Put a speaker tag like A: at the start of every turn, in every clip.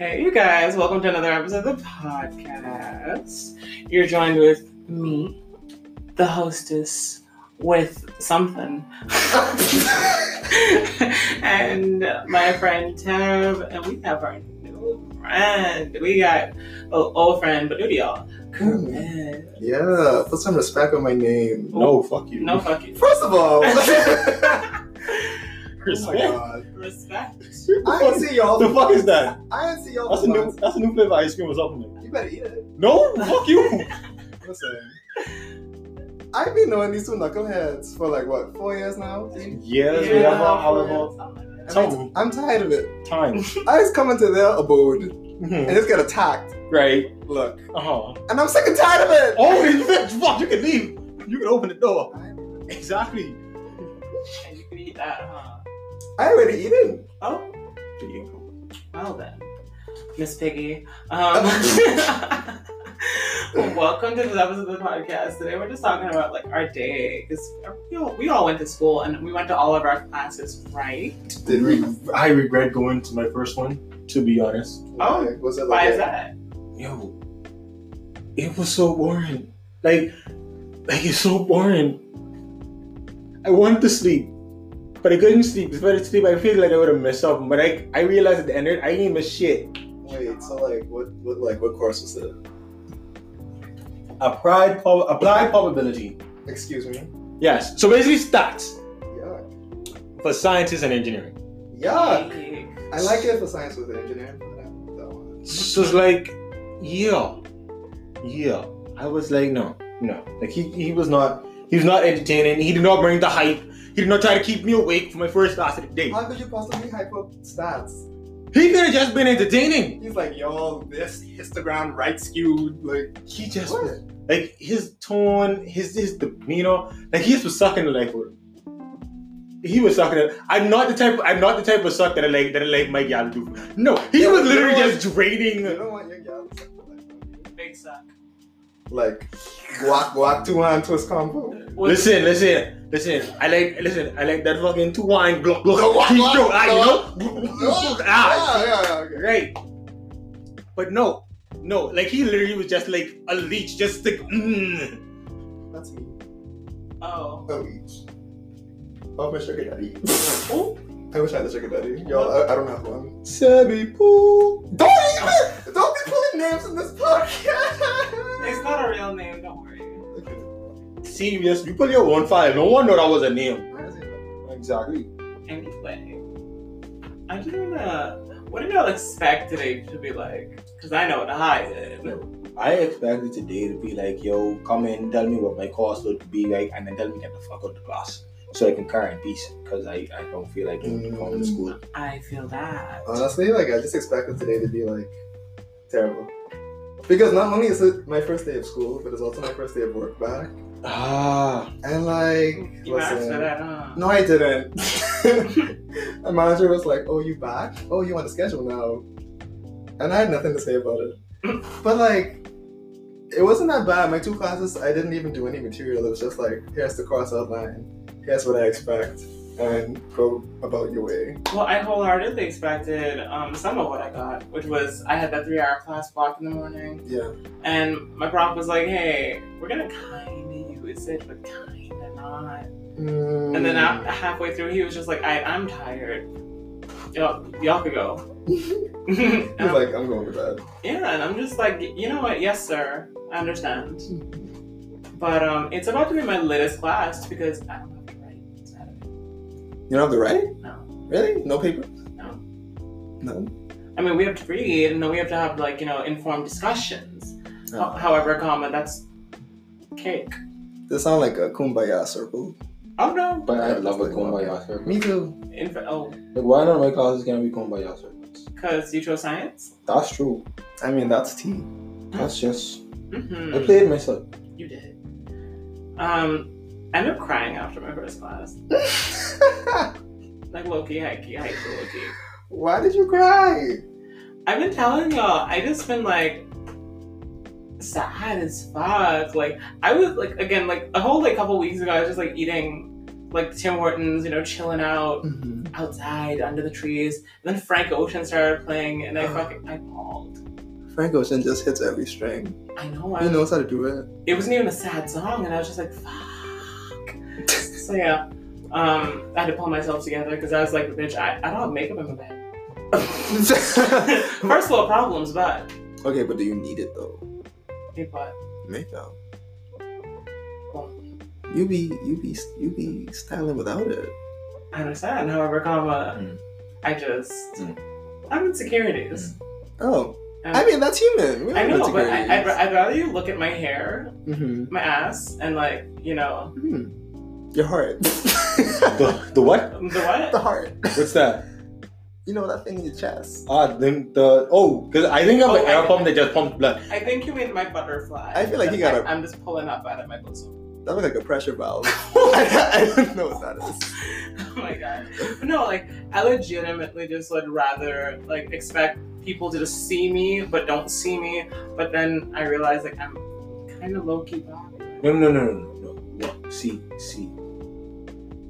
A: you guys, welcome to another episode of the podcast. You're joined with me, the hostess, with something, and my friend Tab, and we have our new friend. We got oh, old friend, but new to y'all, Kermit.
B: Yeah, put some respect on my name.
A: No,
B: fuck you.
C: Oh
A: No fuck you.
B: First of all, oh my
C: Respect.
B: God.
A: Respect.
B: I ain't
C: What
B: see y'all.
C: the fuck is that?
B: I ain't see y'all.
C: That's
B: for
C: a new
B: months.
C: that's a new flavor ice cream was opening.
B: You better eat it.
C: No, fuck you.
B: Listen, I've been knowing these two knuckleheads for like what four years now.
C: yes, we have our, our,
A: Something like
B: And
A: that.
C: Totally.
B: I'm tired of it.
C: time.
B: I just come into their abode and
C: Mhm.
B: just get attacked.
C: right.
B: Look,
C: Uh huh.
B: and I'm sick and tired of it.
C: Oh, you can- fuck! You can leave. You can open the door. Exactly.
A: And you could eat that, huh?
B: I already eaten.
A: Oh.
C: There you go.
A: Well then, Miss Piggy. Um, welcome to this episode of the podcast. Today we're just talking about like our day because we all, we all went to school and we went to all of our classes, right?
B: Did we?
C: I regret going to my first one. To be honest,
A: Oh,
B: was it
A: Why
B: like
A: is that?
C: yo, it was so boring. Like, like it's so boring. I wanted to sleep, but I couldn't sleep. If I did sleep, I feel like I would have messed up. But I, I realized at the end, of it, I didn't miss shit.
B: Wait, so like what? What like what course was it?
C: Applied, prob- applied probability.
B: Excuse me.
C: Yes. So basically, stats
B: Yuck.
C: for scientists and engineering.
B: Yuck.
A: Pig.
B: I like it for science with the engineering, but I don't know.
C: So it's like, yeah, yeah. I was like, no, no. Like he, he was not, he was not entertaining. He did not bring the hype. He did not try to keep me awake for my first class of the day.
B: How could you possibly hype up stats?
C: He could have just been entertaining.
B: He's like, y'all, this histogram right skewed. Like,
C: He just
B: what?
C: like his tone, his his demeanor, like he just was sucking the life out of me. He was sucking it. I'm not the type. I'm not the type of suck that I like. That I like my gal do. No, he
B: Yeah,
C: was
B: but you
C: literally
B: know what?
C: just draining.
B: You don't want your gal to suck the life out of you.
A: Big suck.
B: Like, guac guac two hand twist combo.
A: What-
C: Listen, listen, listen. I like, listen. I like that fucking two wine block. Look,
B: The what,
C: he
B: what,
C: throw, I
B: the
C: know. Ah,
B: yeah, yeah, yeah, okay.
C: right. But no, no. Like he literally was just like a leech, just like. Mm.
B: That's me.
A: Oh.
B: A leech. Oh, my sugar daddy.
A: Ooh.
B: I wish I had a sugar daddy. Y'all, I, I don't have one.
C: Savvy poo.
B: Don't even! Don't be pulling names in this podcast!
A: It's not a real name. Don't worry.
C: Serious. You put your own file. No one knew that was a name. Exactly.
A: Anyway, I just wanna. What did y'all expect today to be like? Because I know what I did.
C: I expected today to be like, yo, come in, tell me what my course would be like, and then tell me get the fuck out of the class so I can carry in peace because I, I don't feel like going to school.
A: I feel that.
B: Honestly, like I just expected today to be like terrible. Because not only is it my first day of school, but it's also my first day of work back.
C: Ah,
B: And like,
A: You asked for
B: listen.
A: that, huh?
B: no, I didn't. My manager was like, "Oh, you back? Oh, you on the schedule now?" And I had nothing to say about it. but like, it wasn't that bad. My two classes, I didn't even do any material. It was just like, here's the course outline, here's what I expect, and go about your way.
A: Well, I wholeheartedly expected um, some of what I got, which was I had that three hour class block in the morning,
B: Yeah.
A: and my prof was like, hey, we're gonna kinda use it, but kinda not. And then
B: Mm.
A: af halfway through, he was just like, I, I'm tired. Y'all, y'all could go. And
B: He's
A: I'm-
B: like, I'm going to bed.
A: yeah, and I'm just like, you know what? Yes, sir. I understand. But um, it's about to be my latest class because I don't have to write Saturday.
B: You don't have the right?
A: No.
B: Really? No paper?
A: No.
B: No.
A: I mean, we have to read, and then we have to have like you know informed discussions.
B: Uh,
A: Ho- However, comma that's cake.
B: This sounds like a kumbaya circle.
A: Oh no!
C: but I
B: Yeah,
C: love a
B: it's like,
C: kumbaya circle.
B: Me too.
A: In fa- oh,
C: Like, why not my classes gonna be kumbaya circles?
A: because you chose science.
C: That's true.
B: I mean, that's tea.
C: That's just. I
A: Mm-hmm.
C: played myself.
A: You did. Um, I ended up crying after my first class. Like Loki, hikey, hikey, Loki.
B: Why did you cry?
A: I've been telling y'all, I just been like sad as fuck. Like I was like again, like a whole like couple weeks ago, I was just like eating like Tim Hortons, you know, chilling out
B: Mm-hmm.
A: outside under the trees. And then Frank Ocean started playing, and I fucking I bawled.
B: Frank Ocean just hits every string.
A: I know. I,
B: He knows how to do it.
A: It wasn't even a sad song, and I was just like, fuck. so yeah, um, I had to pull myself together because I was like, bitch, I, I don't have makeup in my bag. First world problems, but
B: okay, but do you need it though?
A: hey, but
B: Makeup.
A: well,
B: You be you be you be styling without it.
A: I understand. However, comma,
C: Mm.
A: I just
C: Mm.
A: I'm insecurities.
B: Oh,
A: And
B: I mean that's human. We
A: I
B: have
A: know, but I, I'd,
B: insecurities.
A: ra- I'd rather you look at my hair,
B: Mhm.
A: my ass, and like you know
B: Hmm. Your heart.
C: The, the what?
A: the what?
B: the heart.
C: What's that?
B: You know that thing in your chest.
C: Ah, then the oh, because I think I'm
A: Oh,
C: an air
A: I-
C: pump that just pumps blood.
A: I think you mean my butterfly.
B: I feel like you
A: But
B: gotta-
A: I, am just pulling up out of my bosom.
B: That looks like a pressure valve. I, I don't know what that is.
A: Oh my god. No, like I legitimately just would rather like expect people to just see me but don't see me. But then I realize like I'm kind of low key popular.
C: No, no, no, no, no, no. no. See, see.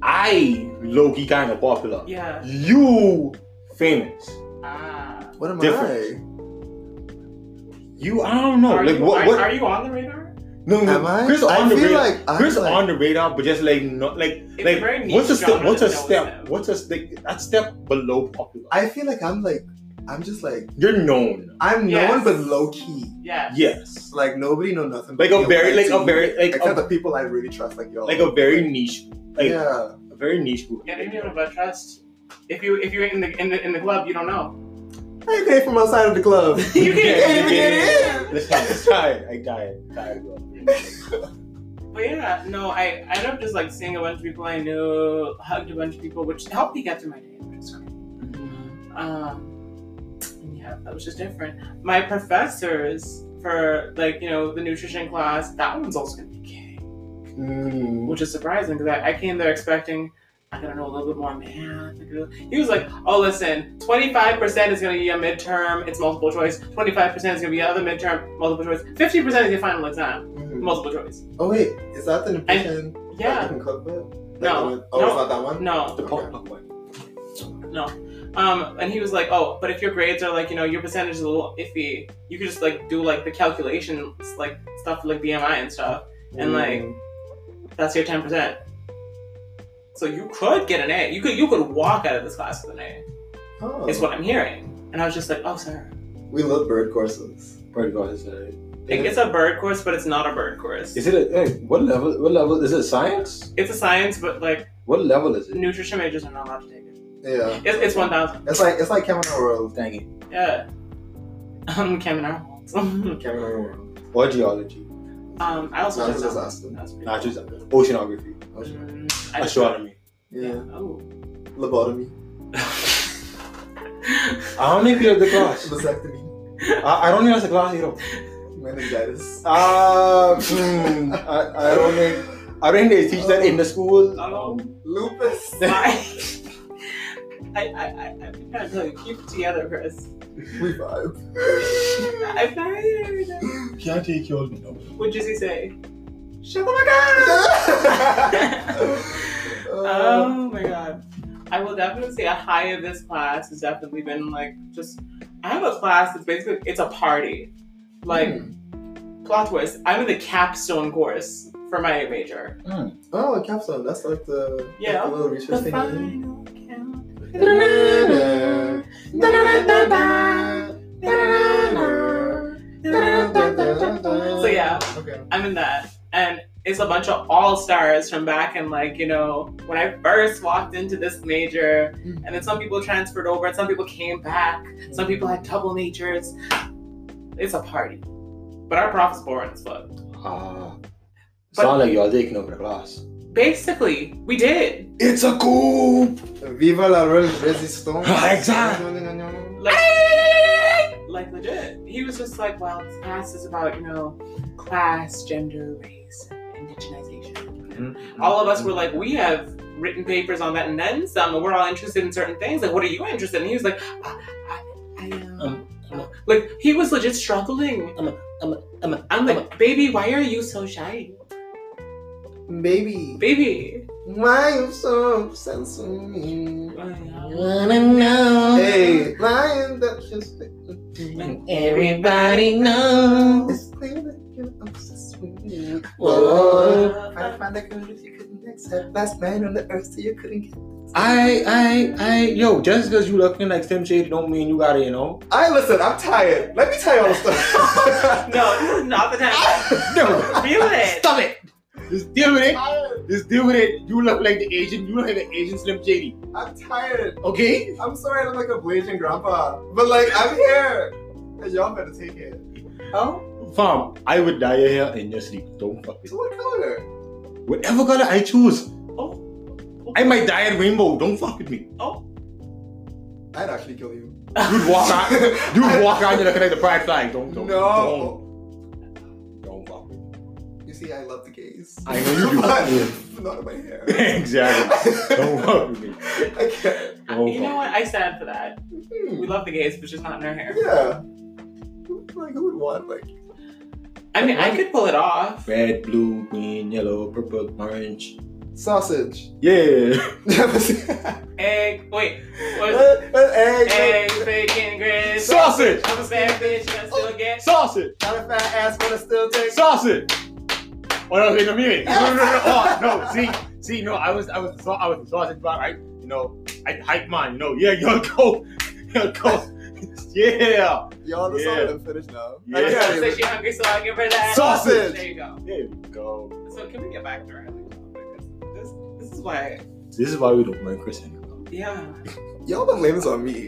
C: I low key kind of popular.
A: Yeah.
C: You famous.
A: Ah.
B: What am
C: Different. You, I don't know.
A: are,
C: like
A: you,
C: what?
A: are,
C: what?
A: are you on the radar?
C: no,
B: I?
C: no.
B: Am I?
C: Chris
B: I
C: on the
B: feel
C: radar.
B: like I'm
C: Chris
B: like,
C: on the radar, but just like not like
A: It's
C: like
A: very niche
C: what's a step?
A: genre
C: What's a
A: that no one
C: step?
A: knows.
C: What's a like that step below popular?
B: I feel like I'm like I'm just like
C: You're known.
B: I'm known
A: Yes.
B: but low key.
A: Yeah.
C: Yes.
B: Like nobody know nothing.
C: Like
B: but
C: a
B: me
C: very, like a
B: and
C: very, like
B: except
C: a,
B: the people I really trust, like y'all.
C: like a very niche, like
B: yeah.
C: a very niche group.
A: Yeah, you don't know about trust. If you if you ain't in the in the, in the club, you don't know.
B: I ain't came from outside of the club.
A: You
C: Yeah,
A: can't
C: yeah,
A: even
B: yeah,
A: get in.
C: This time, this time, I died. Died.
A: But yeah, no, I I ended up just like seeing a bunch of people I knew, hugged a bunch of people, which helped me get through my day, which is great. Um, and yeah, that was just different. My professors for like you know the nutrition class, that one's also gonna be gay,
C: Mm.
A: which is surprising because I, I came there expecting. I gotta know a little bit more math. I gotta- He was like, "Oh, listen, twenty five percent is gonna be a midterm. It's multiple choice. Twenty five percent is gonna be another midterm, multiple choice. Fifty percent is your final exam,
B: Mhm.
A: multiple choice."
B: Oh wait, is that the nutrition?
A: Yeah,
B: That you can cook with? Like,
A: No.
B: with- Oh,
A: No.
B: it's not that one.
A: No.
C: The pop up one.
A: Um, and he was like, "Oh, but if your grades are like, you know, your percentage is a little iffy, you could just like do like the calculations, like stuff like BMI and stuff. And, like,
B: Mm.
A: That's your ten percent. So you could get an A. You could you could walk out of this class with an A.
B: oh.
A: Is what I'm hearing. And I was just like, oh, sir,
B: we love bird courses.
C: Pretty God is it?
A: like, it's a bird course, but it's not a bird course.
C: Is it a hey, what level? What level is it? Science?
A: It's a science, but like
C: What level is it?
A: nutrition majors are not allowed to take it.
B: Yeah.
A: It's, it's one thousand.
B: It's like it's like Cameron World.
C: Dang it!
A: Yeah. Um, Cam and Arnold.
B: Cameron World.
C: Or geology?
A: um, I also
B: Not
A: just
B: just Aspen.
A: That's pretty
C: Not
A: cool.
C: just oceanography,
A: Mm, I just-
C: astronomy.
B: Oh, Yeah.
A: Oh.
B: Lobotomy.
C: I don't think that's the class.
B: Vasectomy.
C: I, I don't think that's the class, you know.
B: Meningitis.
C: Uh, hmm, I, I don't think I don't think they teach that in the school.
A: Um,
B: Lupus.
A: I, I, I, I'm trying to tell you, keep it together, Chris.
B: we vibe.
A: I'm tired.
C: Can't take your no.
A: What did you say?
B: Shut the fuck up! Uh,
A: Oh my god. I will definitely say a high of this class has definitely been like just. I have a class that's basically it's a party. Like
B: hmm.
A: plot twist, I'm in the capstone course for my major.
B: Oh, a capstone. That's like the,
A: Yeah.
B: the little research
A: The
B: thing.
A: final count. So yeah,
B: Okay.
A: I'm in that. And it's a bunch of all stars from back and like, you know, when I first walked into this major.
B: Mhm.
A: And then some people transferred over and some people came back. Some people had double majors. It's a party. But our prof is boring as fuck.
C: Ah,
A: But-
C: sound like y'all taking over the class.
A: Basically, we did.
C: It's a coup.
B: Viva la Real Resistance.
C: Exact.
A: Like, like legit. He was just like, well, this class is about, you know, class, gender, race, and indigenization. all of us
C: Mm-hmm.
A: were like, we have written papers on that and then some, and we're all interested in certain things. Like, what are you interested in? he was like, I, I, I uh,
C: Um, um,
A: uh," like he was legit struggling.
C: I'm a- I'm a- I'm a-
A: I'm like, baby, why are you so shy,
B: Baby.
A: baby?
B: Why you so obsessed with me?
A: Everybody
C: Wanna know?
B: Hey, my induction's
C: Everybody knows.
B: It's clear that you're obsessed with me.
C: Whoa.
B: I find that girl that you couldn't accept. Last man on the earth, so you couldn't get.
C: I, I, I, yo, just because you looking like Slim Shady don't mean you gotta, you know.
B: I listen. I'm tired. Let me tell you all the stuff.
A: No, this is not the time.
C: No,
A: Feel it.
C: stop it. Just deal with it.
B: tired.
C: Just deal with it. You look like the agent. You look like an agent Slim Shady.
B: I'm tired.
C: Okay?
B: I'm sorry. I look like a blazing grandpa, but like I'm here, and y'all better take it.
C: Oh. Fam, I would dye your hair in your sleep. Don't fuck it.
B: So what color?
C: Whatever color I choose,
A: Oh.
C: I might dye it rainbow. Don't fuck with me.
B: I'd actually kill you.
C: You'd walk out. You'd walk out. You're looking like the pride flag. Don't. don't
B: No.
C: Don't, don't fuck with me.
B: You see, I love the gays.
C: I know you do.
B: But not in my hair.
C: exactly. Don't fuck with me.
B: I can't.
C: Don't
A: You know
C: fuck.
A: what? I stand for that.
B: Hmm.
A: We love the gays, but just not in our hair.
B: Yeah. Like who would want like?
A: I mean, I could pull it off.
C: Red, blue, green, yellow, purple, orange.
B: Sausage.
C: Yeah.
B: egg,
A: Egg. Wait. What's
B: egg,
A: egg, bacon, grits.
C: Sausage.
A: I'm a sad bitch. I still get.
C: Sausage.
B: Not a fat ass, but I still take.
C: Sausage. Oh no, wait, no, wait, wait. no, no, no, no, oh, no. See, see, no. I was, I was, the sau- I was the sausage bar, right? You know, I hype mine. You know, yeah, you'll go, you'll go. Yeah.
B: Y'all the
C: Yeah.
B: song I'm finished now.
C: Yeah.
B: I
A: I
B: can't
A: said
B: even-
A: she hungry, so I'll give her that.
B: Sausage.
A: There you go.
C: There you go.
A: So can we get back to our Riley topic? 'Cause This, this is why.
C: This is why we don't like Chris anymore.
A: Yeah.
B: Y'all been laming on me.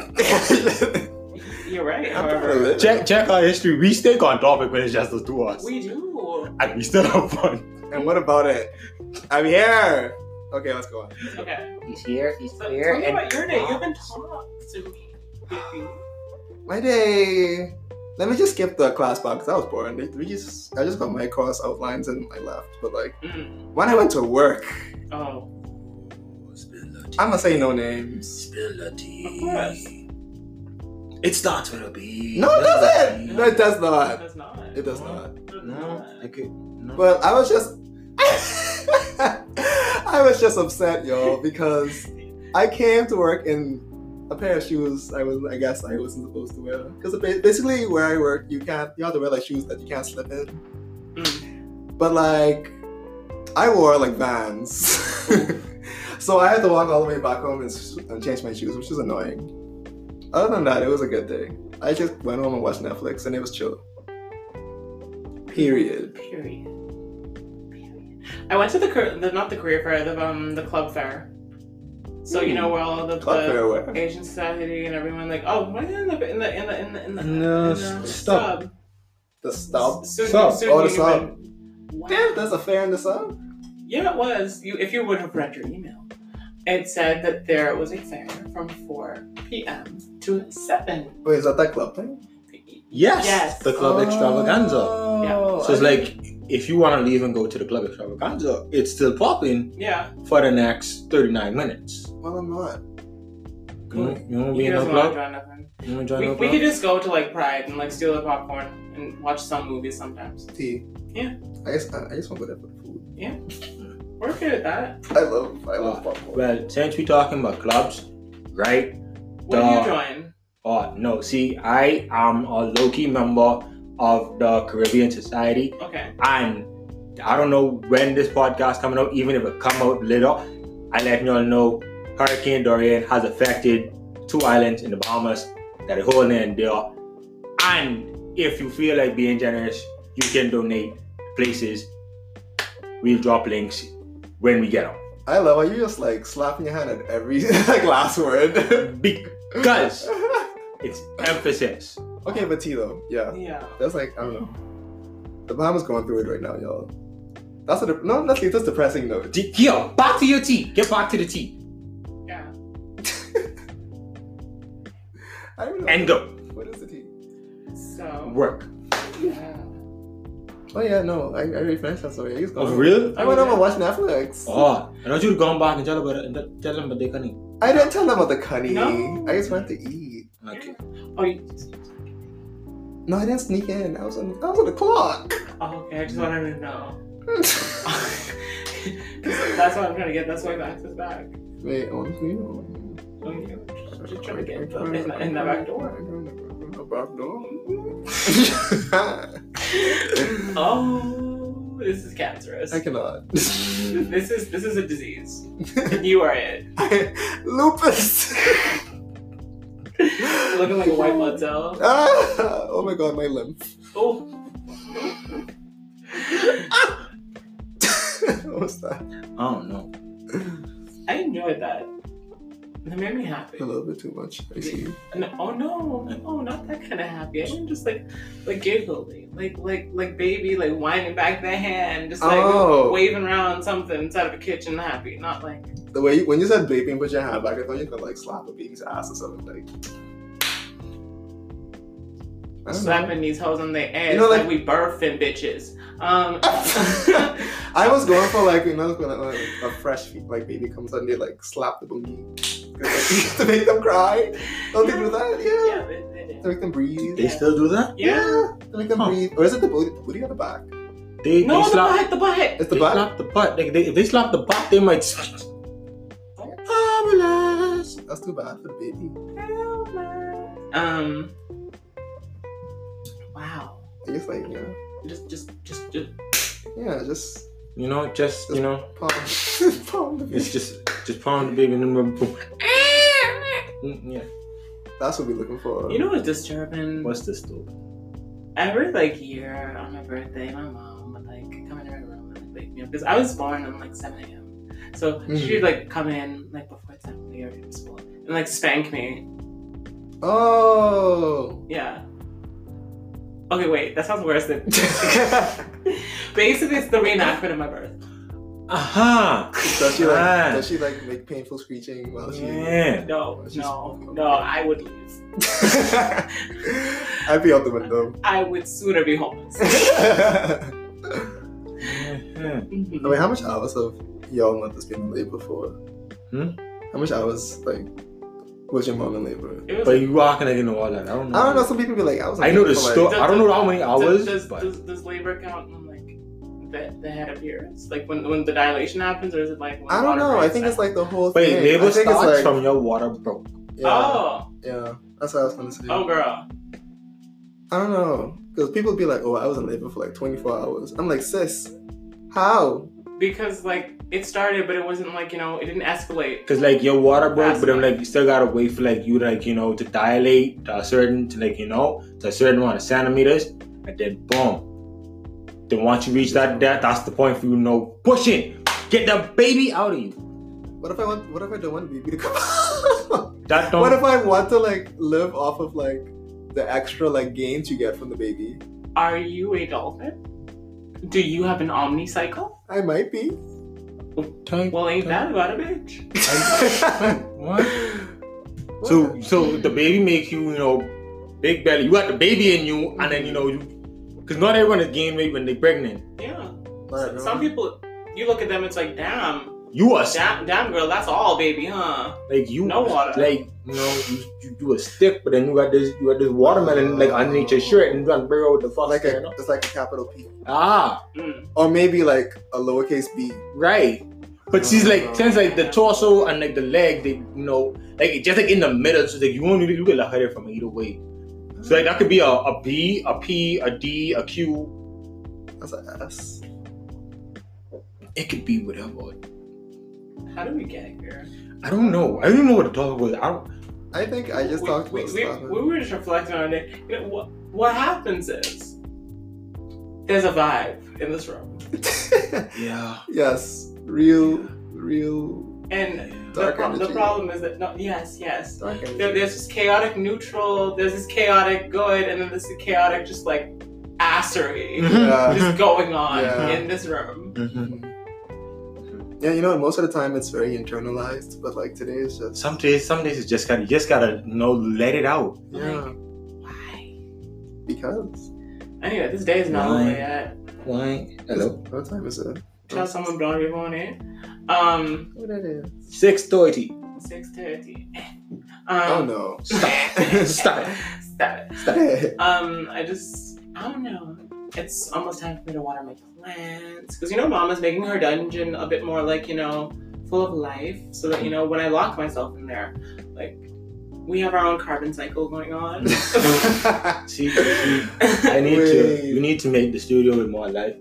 A: You're right.
B: I'm
A: however.
B: proud of it.
C: Check, check our history. We stay on topic when it's just the two of us,
A: We do.
C: and we still have fun.
B: and what about it? I'm here. Okay, let's go on.
A: Okay.
C: He's here. Oh. He's
A: So tell me about your day. You haven't talked to me. baby.
B: My day. Let me just skip the class part because I was boring. They- We just, I just got my course outlines and I left. But like,
A: Mm.
B: when I went to work,
A: Oh.
B: I'm gonna say no names.
A: Of course.
C: It starts with a B.
B: No, it doesn't. No, it does
A: It
B: not.
A: does not.
B: It does not.
A: It does
C: No,
A: not.
C: I could. No.
B: But I was just, I was just upset, y'all, because I came to work in a pair of shoes I was, I guess, I wasn't supposed to wear. Because basically, where I work, you can't, you have to wear like shoes that you can't slip in.
A: Mm.
B: But like, I wore like Vans, so I had to walk all the way back home and, s- and change my shoes, which was annoying. Other than that, it was a good day. I just went home and watched Netflix, and it was chill. Period.
A: Period. Period. I went to the, cur- the not the career fair, the um the club fair. So you know where all of the,
B: Hmm. Club
A: the
B: fair wear.
A: Asian society and everyone like oh why in the in the in the in the in the,
C: No,
A: in the
C: stop.
A: sub?
B: The stop.
A: Soon,
C: Sub.
A: Soon
B: Oh, the
A: you
B: sub.
A: would- Wow.
B: Damn, there's a fair in the sun.
A: Yeah, it was. You, if you would have read your email, it said that there was a fair from 4 p.m. to 7.
B: Wait, is that that club thing?
C: yes,
A: Yes. Oh.
C: the club extravaganza.
B: Yeah.
C: So it's like if you want to leave and go to the club extravaganza, it's still popping
A: Yeah.
C: for the next thirty nine minutes.
B: Well, I'm not.
C: You want to be
A: he
C: in the
A: doesn't want
C: club?
A: to draw nothing.
C: You want to join
A: We,
C: the
A: we
C: club?
A: could just go to like Pride and like steal the popcorn and watch some movies sometimes.
B: Tea.
A: Yeah.
B: I just, I, I just want to go there for the food.
A: We're good at that.
B: I love, I love popcorn.
C: Oh, Well, since we're talking about clubs, right?
A: What
C: Duh.
A: do you join?
C: Oh no, see, I am a low key member of the Caribbean Society.
A: Okay.
C: and I don't know when this podcast coming out, even if it come out later, I let y'all know Hurricane Dorian has affected two islands in the Bahamas that are holding in there. And if you feel like being generous, you can donate places. We'll drop links when we get them.
B: I love how you just like slapping your hand at every like last word.
C: Because it's emphasis.
B: okay, but T though, yeah,
A: Yeah.
B: that's like I don't know. The Bahamas going through it right now, y'all. That's a de- no, that's that's depressing note.
C: D- Here, back to your tea. Get back to the tea.
A: Yeah.
B: I don't know.
C: And go.
B: What is the T?
A: So.
C: Work.
A: Yeah.
B: Oh yeah, no, I, I already finished that story. I just
C: Oh,
B: gone.
C: real?
B: I went home and watched Netflix.
C: Oh, I thought you'd gone back and tell about it and tell- tell them about the cunning.
B: I didn't tell them about the cunny.
A: No.
B: I just went to eat.
C: Okay.
A: Oh, you,
B: No, I didn't sneak in. I was on. I was on the clock.
A: oh, okay. I just wanted to know. That's what I'm trying to get. That's why the axe is back.
B: Wait, on to you.
A: I'm just trying to get in the, in the, in the back door.
B: The back door.
A: Oh, this is cancerous.
B: I cannot.
A: This is this is a disease. And you are it.
B: Lupus.
A: Looking like a white blood cell.
B: Ah, oh my god, my lymph.
A: Oh,
B: what was that?
C: I don't know.
A: I enjoyed that. That made me happy.
B: A little bit too much. I see.
A: No, oh no, oh not that kind of happy. I mean just like like giggling, like like like baby, like winding back their hand, just like
B: Oh.
A: waving around something inside of a kitchen, happy, not like
B: The way you, when you said baby and put your hand back, I thought you could like slap a baby's ass or something like. I don't know.
A: slapping these hoes on their ass
B: You know,
A: like,
B: like-
A: we birthing bitches. Um,
B: I was going for like you know like, when like, a fresh fe- like baby comes out and they like slap the boogie 'Cause, like, to make them cry. Don't they Oh, do that? Yeah.
A: yeah, they- they did.
B: To make them breathe.
C: They still do that?
A: yeah.
B: To make them
C: Huh.
B: breathe. Or is it the booty? The booty or the back?
C: They,
A: No,
C: they
A: the
C: slap
A: butt, the butt.
B: It's the
C: they
B: back.
C: slap the butt. Like they, if they slap the butt, they might. Fabulous.
B: That's too bad for the baby.
A: Um, wow.
B: I guess like yeah,
A: Just, just, just, just.
B: yeah, just
C: You know, just you know,
B: palm, palm the
C: it's
B: baby.
C: just just pound the baby and then boom. Mm, yeah.
B: That's what we're looking for.
A: You know what's disturbing?
C: What's this though?
A: every like year on my birthday, my mom would like come in her room and like wake me up because I was born on like seven a.m. So
B: Mm.
A: she'd like come in like before time we already was born and like spank me.
B: Oh.
A: Yeah. Okay, wait, that sounds worse than. Basically, it's the reenactment of my birth.
C: Aha!
B: Does she like?
C: Ah.
B: Does she like make painful screeching while she?
C: Yeah.
A: No,
B: She's-
A: no, no, I would leave.
B: I'd be out the window.
A: I would sooner be homeless.
C: Mhm.
B: I mean, how much hours have y'all mother has been in labor for?
C: Hmm?
B: How much hours like was your mom in labor?
A: It was
C: But you are gonna get all that. I don't know.
B: I don't know. Some people be like, I was. in
C: I know the
B: labor for, like-
C: story. I don't know how many
A: Does,
C: hours,
A: does,
C: but
A: does, does labor count when like the, the head appears? Like when when the dilation happens, or is it like? When
B: I don't
A: water
B: know. I
A: breaks
B: think
A: out?
B: it's like the whole
C: wait,
B: thing.
C: labor
B: I think
C: starts
B: it's like,
C: from your water broke.
B: Yeah,
A: Oh,
B: yeah. That's what I was gonna say.
A: oh, girl.
B: I don't know. Because people be like, oh, I was in labor for like 24 hours. I'm like, sis, how?
A: Because like it started, but it wasn't like you know it didn't escalate.
C: Cause like your water broke, but
A: Fascinating.
C: I'm like you still gotta wait for like you to, like you know to dilate to a certain to like you know to a certain amount of centimeters, and then boom. Then once you reach that, that that's the point for you to know push it, get the baby out of you.
B: What if I want? What if I don't want baby to come? out?
C: That don't.
B: what if I want to like live off of like the extra like gains you get from the baby?
A: Are you a dolphin? Do you have an omni cycle?
B: I might be.
C: Tank,
A: Well, ain't that
C: tank.
A: about a bitch?
C: What? So so the baby makes you you know big belly. You got the baby in you, and then you know you, cause not everyone is gaining weight when they're pregnant.
A: Yeah.
B: Alright,
A: Some people, you look at them, it's like damn,
C: You are
A: damn, damn, girl, that's all, baby, huh?
C: Like you,
A: No water.
C: Like you know, you, you do a stick, but then you got this, you got this watermelon like underneath your shirt, and you gotta figure out what the fuck.
B: like
C: Like
B: a, it's like a capital P,
C: ah,
A: Mm.
B: or maybe like a lowercase b.
C: right. But she's
B: Uh-huh.
C: like, since like the torso and like the leg, they you know, like it's just like in the middle, so like you won't really you can look at it from either way. So like that could be a, a B, a P, a D, a Q.
B: That's an S.
C: It could be whatever.
A: How do we get here?
C: I don't know. I don't even know what to talk about. I don't.
B: I think I just
A: we,
B: talked
A: we,
B: about
A: we,
B: stuff.
A: we were just reflecting on it. You know, what, what happens is there's a vibe in this room,
C: Yeah.
B: yes, real, real
A: and the,
B: Dark
A: pro- the
B: energy.
A: problem is that no, yes, yes.
B: dark energy.
A: There, there's this chaotic neutral. There's this chaotic good, and then this chaotic just like assery
B: Yeah. Mm-hmm.
A: just going on
B: Yeah.
A: in this room.
C: Mm-hmm.
B: yeah, you know, most of the time it's very internalized, but like today is just
C: Some days, some days it's just gotta, you just gotta you know, let it out.
B: yeah,
A: Why?
B: because
A: Anyway, this day is not
C: Why?
A: over yet.
C: Why?
B: What time is it?
A: Tell someone don't be on it. Um,
B: What it is?
C: Six thirty.
A: six thirty. Um,
B: Oh no!
C: Stop. Stop.
A: Stop it.
B: Stop it.
A: Um, I just I don't know. it's almost time for me to water my plants because you know mama's making her dungeon a bit more like you know full of life so that you know when i lock myself in there like we have our own carbon cycle going on
C: See, see, I need
B: Wait.
C: to. We need to make the studio with more life,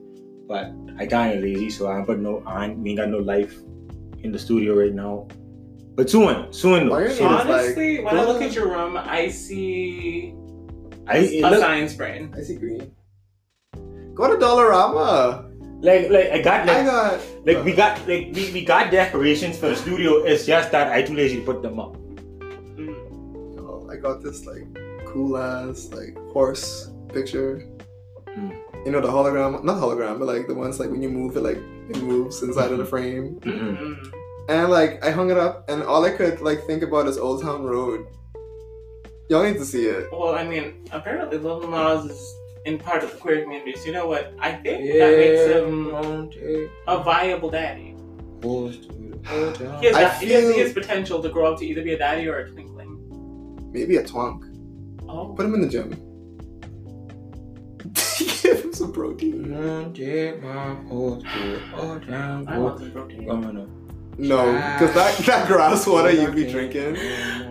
C: but I kind of lazy, so I but no, I ain't, we ain't got no life in the studio right now. But soon,
B: Why
C: soon though.
B: are you-
C: soon.
A: honestly
B: like,
A: when i
B: what?
A: look at your room i see
C: uh, I it
A: a
C: look,
A: science brain
B: I see green. Go to Dollarama.
C: like like I got
B: I
C: like,
B: got
C: like we got like we, we got decorations for the studio. It's just that I too lazy to put them up.
A: Mm.
B: Oh, I got this like cool ass like horse picture.
C: Hmm.
B: You know the hologram, not hologram, but like the ones like when you move it like it moves inside of the frame.
C: Mhm.
A: Mm.
B: And like I hung it up, and all I could like think about is Old Town Road. Y'all need to see it.
A: well i mean apparently little Nas is in part of the queer community so you know what i think that makes him a viable daddy he has,
B: I
A: that, he, has, he
B: feel-
A: has potential to grow up to either be a daddy or a twinkling
B: Maybe a twonk.
A: oh
B: Put him in the gym. Give him some protein.
A: i want some protein
B: Um, No, because that, that grass water you be drinking.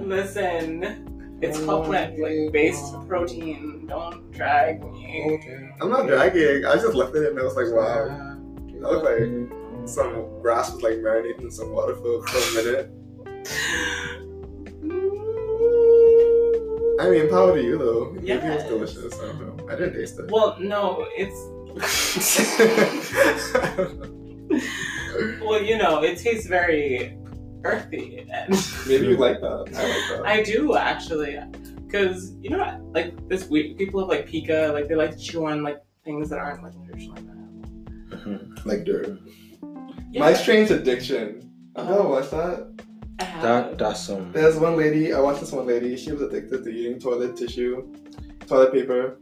A: Listen, it's
B: um,
A: called plant like based protein. Don't drag me.
B: I'm not dragging. I just looked at it and I was like, wow. That was like some grass was like marinating in some water for, for a minute. I mean, power to you though. Maybe
A: Yes.
B: it was delicious. I don't know. I didn't taste it.
A: Well, no, it's well, you know, it tastes very earthy. And
B: Maybe you like that. I like that.
A: I do actually, because you know, like this weird people have like pica, like they like to chew on like things that aren't like nutritionally valuable.
C: Mm-hmm.
B: like dirt.
A: Yeah,
B: My Strange Addiction. I've never watched that.
A: I have.
C: That that's some.
B: There's one lady, I watched this one lady, she was addicted to eating toilet tissue, toilet paper.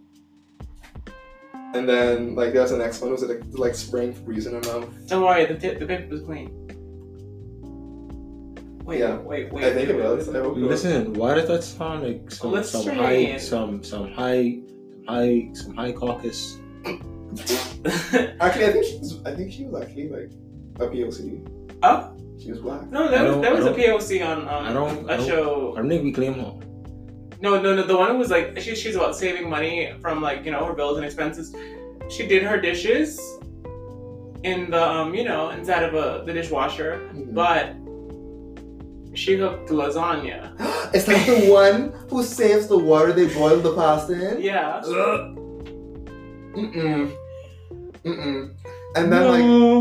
B: And then, like, there's the next one who was addicted to, like, spring freezing her mouth.
A: Don't worry, the tip, the paper was clean. Wait,
B: Yeah,
A: wait, wait.
B: I think it
A: wait,
B: was. I
A: wait.
B: hope it was.
C: Listen, why does that sound like some
A: Let's
C: some
A: try
C: high
A: it.
C: some some high some high some high caucus?
B: Actually, I think she was, I think she was actually, like, a POC.
A: oh,
B: She was black.
A: No,
C: I
A: there was,
C: don't-
A: there
C: I
A: was a
C: don't-
A: POC on um,
C: I don't-
A: a
C: I don't- I
A: show.
C: don't think we claim her.
A: No, no, no. The one who was like, she, she's about saving money from like, you know, her bills and expenses. She did her dishes in the, um, you know, inside of a, the dishwasher,
B: Mm-hmm.
A: but she cooked lasagna.
B: Is that the one who saves the water they boil the pasta in?
A: Yeah.
B: Ugh. Mm-mm. Mm-mm. And then,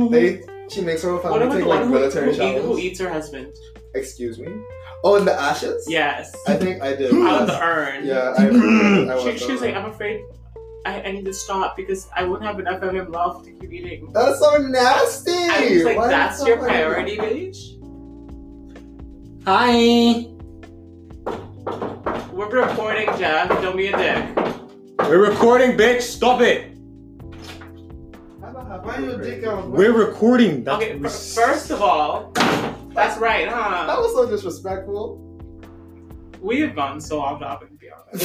B: like, They, she makes her
A: What
B: family
A: about
B: take
A: the one
B: like
A: who,
B: military
A: who, eat,
B: showers.
A: who eats her husband?
B: Excuse me. Oh, and the ashes.
A: Yes.
B: I think I did.
A: Out of the urn.
B: yeah, I. I watched
A: She, she
B: that
A: was
B: one.
A: like, I'm afraid I, I need to stop because I won't have enough of him left to keep eating.
B: That's so nasty.
A: I was like,
B: Why
A: that's
B: so
A: your
B: bad?"
A: priority, bitch?
C: Hi.
A: We're recording, Jeff. Don't be a dick.
C: We're recording, bitch. Stop it.
B: Have a happy
D: Why you
B: birthday.
D: dick out?
C: We're recording. That's
A: Okay,
C: what
A: fir-
C: we-
A: first of all, that's right,
B: That
A: huh?
B: was so disrespectful.
A: We have gone so off topic, to be honest.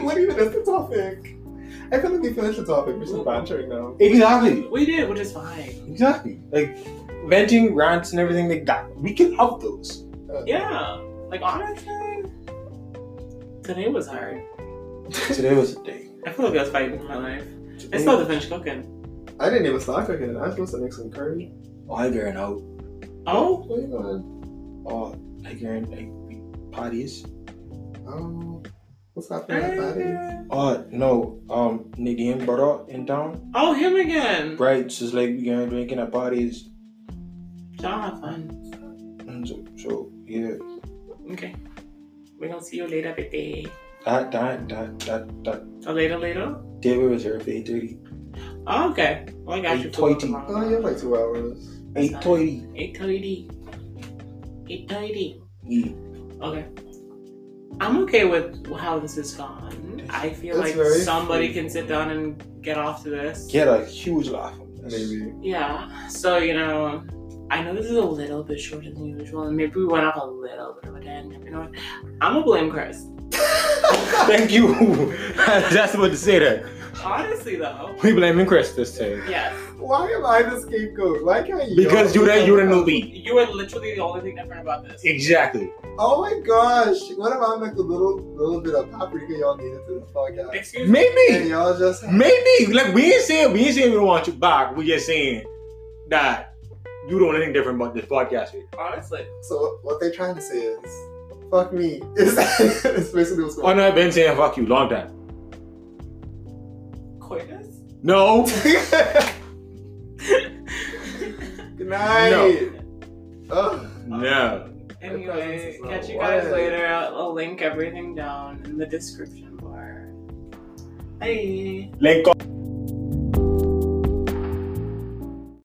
B: what even is the topic? I feel like we finished the topic. We're just bantering now.
C: Exactly.
A: We did, which is fine.
C: Exactly. Like venting, rants, and everything like that. We can help those.
B: Uh,
A: Yeah. Like, honestly, today was hard.
C: Today was the day.
A: I feel like I was fighting for my
B: Mm-hmm.
A: life. I
C: Today-
A: still have to finish cooking.
B: I didn't even start cooking. I was supposed to make some curry.
C: Oh, I going out.
A: Oh?
B: What are you doing?
C: Oh, I going like parties.
B: Um, what's happening at Patty's?
A: eh.
C: Oh no. Um, Nadine brother in town.
A: Oh, him again.
C: Right. She's like we going drinking at parties.
A: Y'all have fun.
C: And so, so yeah.
A: Okay. We're gonna see you later, baby.
C: That that that that that
A: Or later, later?
C: David was here for eight thirty.
A: Oh, okay. Well, I got you. for
C: 8:20.
A: tomorrow.
B: Oh, you have like two hours.
A: That's
C: Eight
A: nice.
C: thirty.
A: 8.30. 8.30.
C: Yeah.
A: Okay. I'm okay with how this has gone. I feel
B: That's
A: like
B: very
A: somebody
B: free.
A: can sit down and get off to this.
C: Get a huge laugh. on this.
B: Maybe.
A: Yeah. So, you know, I know this is a little bit shorter than usual, and maybe we went off a little bit of a tangent. You know what? I'm gonna blame Chris.
C: Thank you. I was just about to say that.
A: Honestly, though.
C: We blaming Chris this time.
A: Yes.
B: Why am I the scapegoat? Why can't you?
C: Because you're the, you're in the lead.
A: You are literally the only thing different about this.
C: Exactly.
B: Oh my gosh! What if I'm like a little little bit of paprika y'all needed to this podcast?
A: Excuse me.
B: And
C: Maybe.
B: y'all just
C: Maybe. Like we ain't saying we ain't saying we don't want you back. We just saying that you don't anything different about this podcast. here.
A: Honestly.
B: So what- what they trying to say is, fuck me. Is it's basically what's
C: Oh
B: going on?
C: no, I've been saying fuck you long time.
A: Coitus?
C: No.
B: Good night. Ugh.
C: No.
A: Anyway,
B: Because it's
A: catch
B: a
A: you guys
B: what?
A: later. I'll, I'll link everything down in the description bar. Bye.
C: Link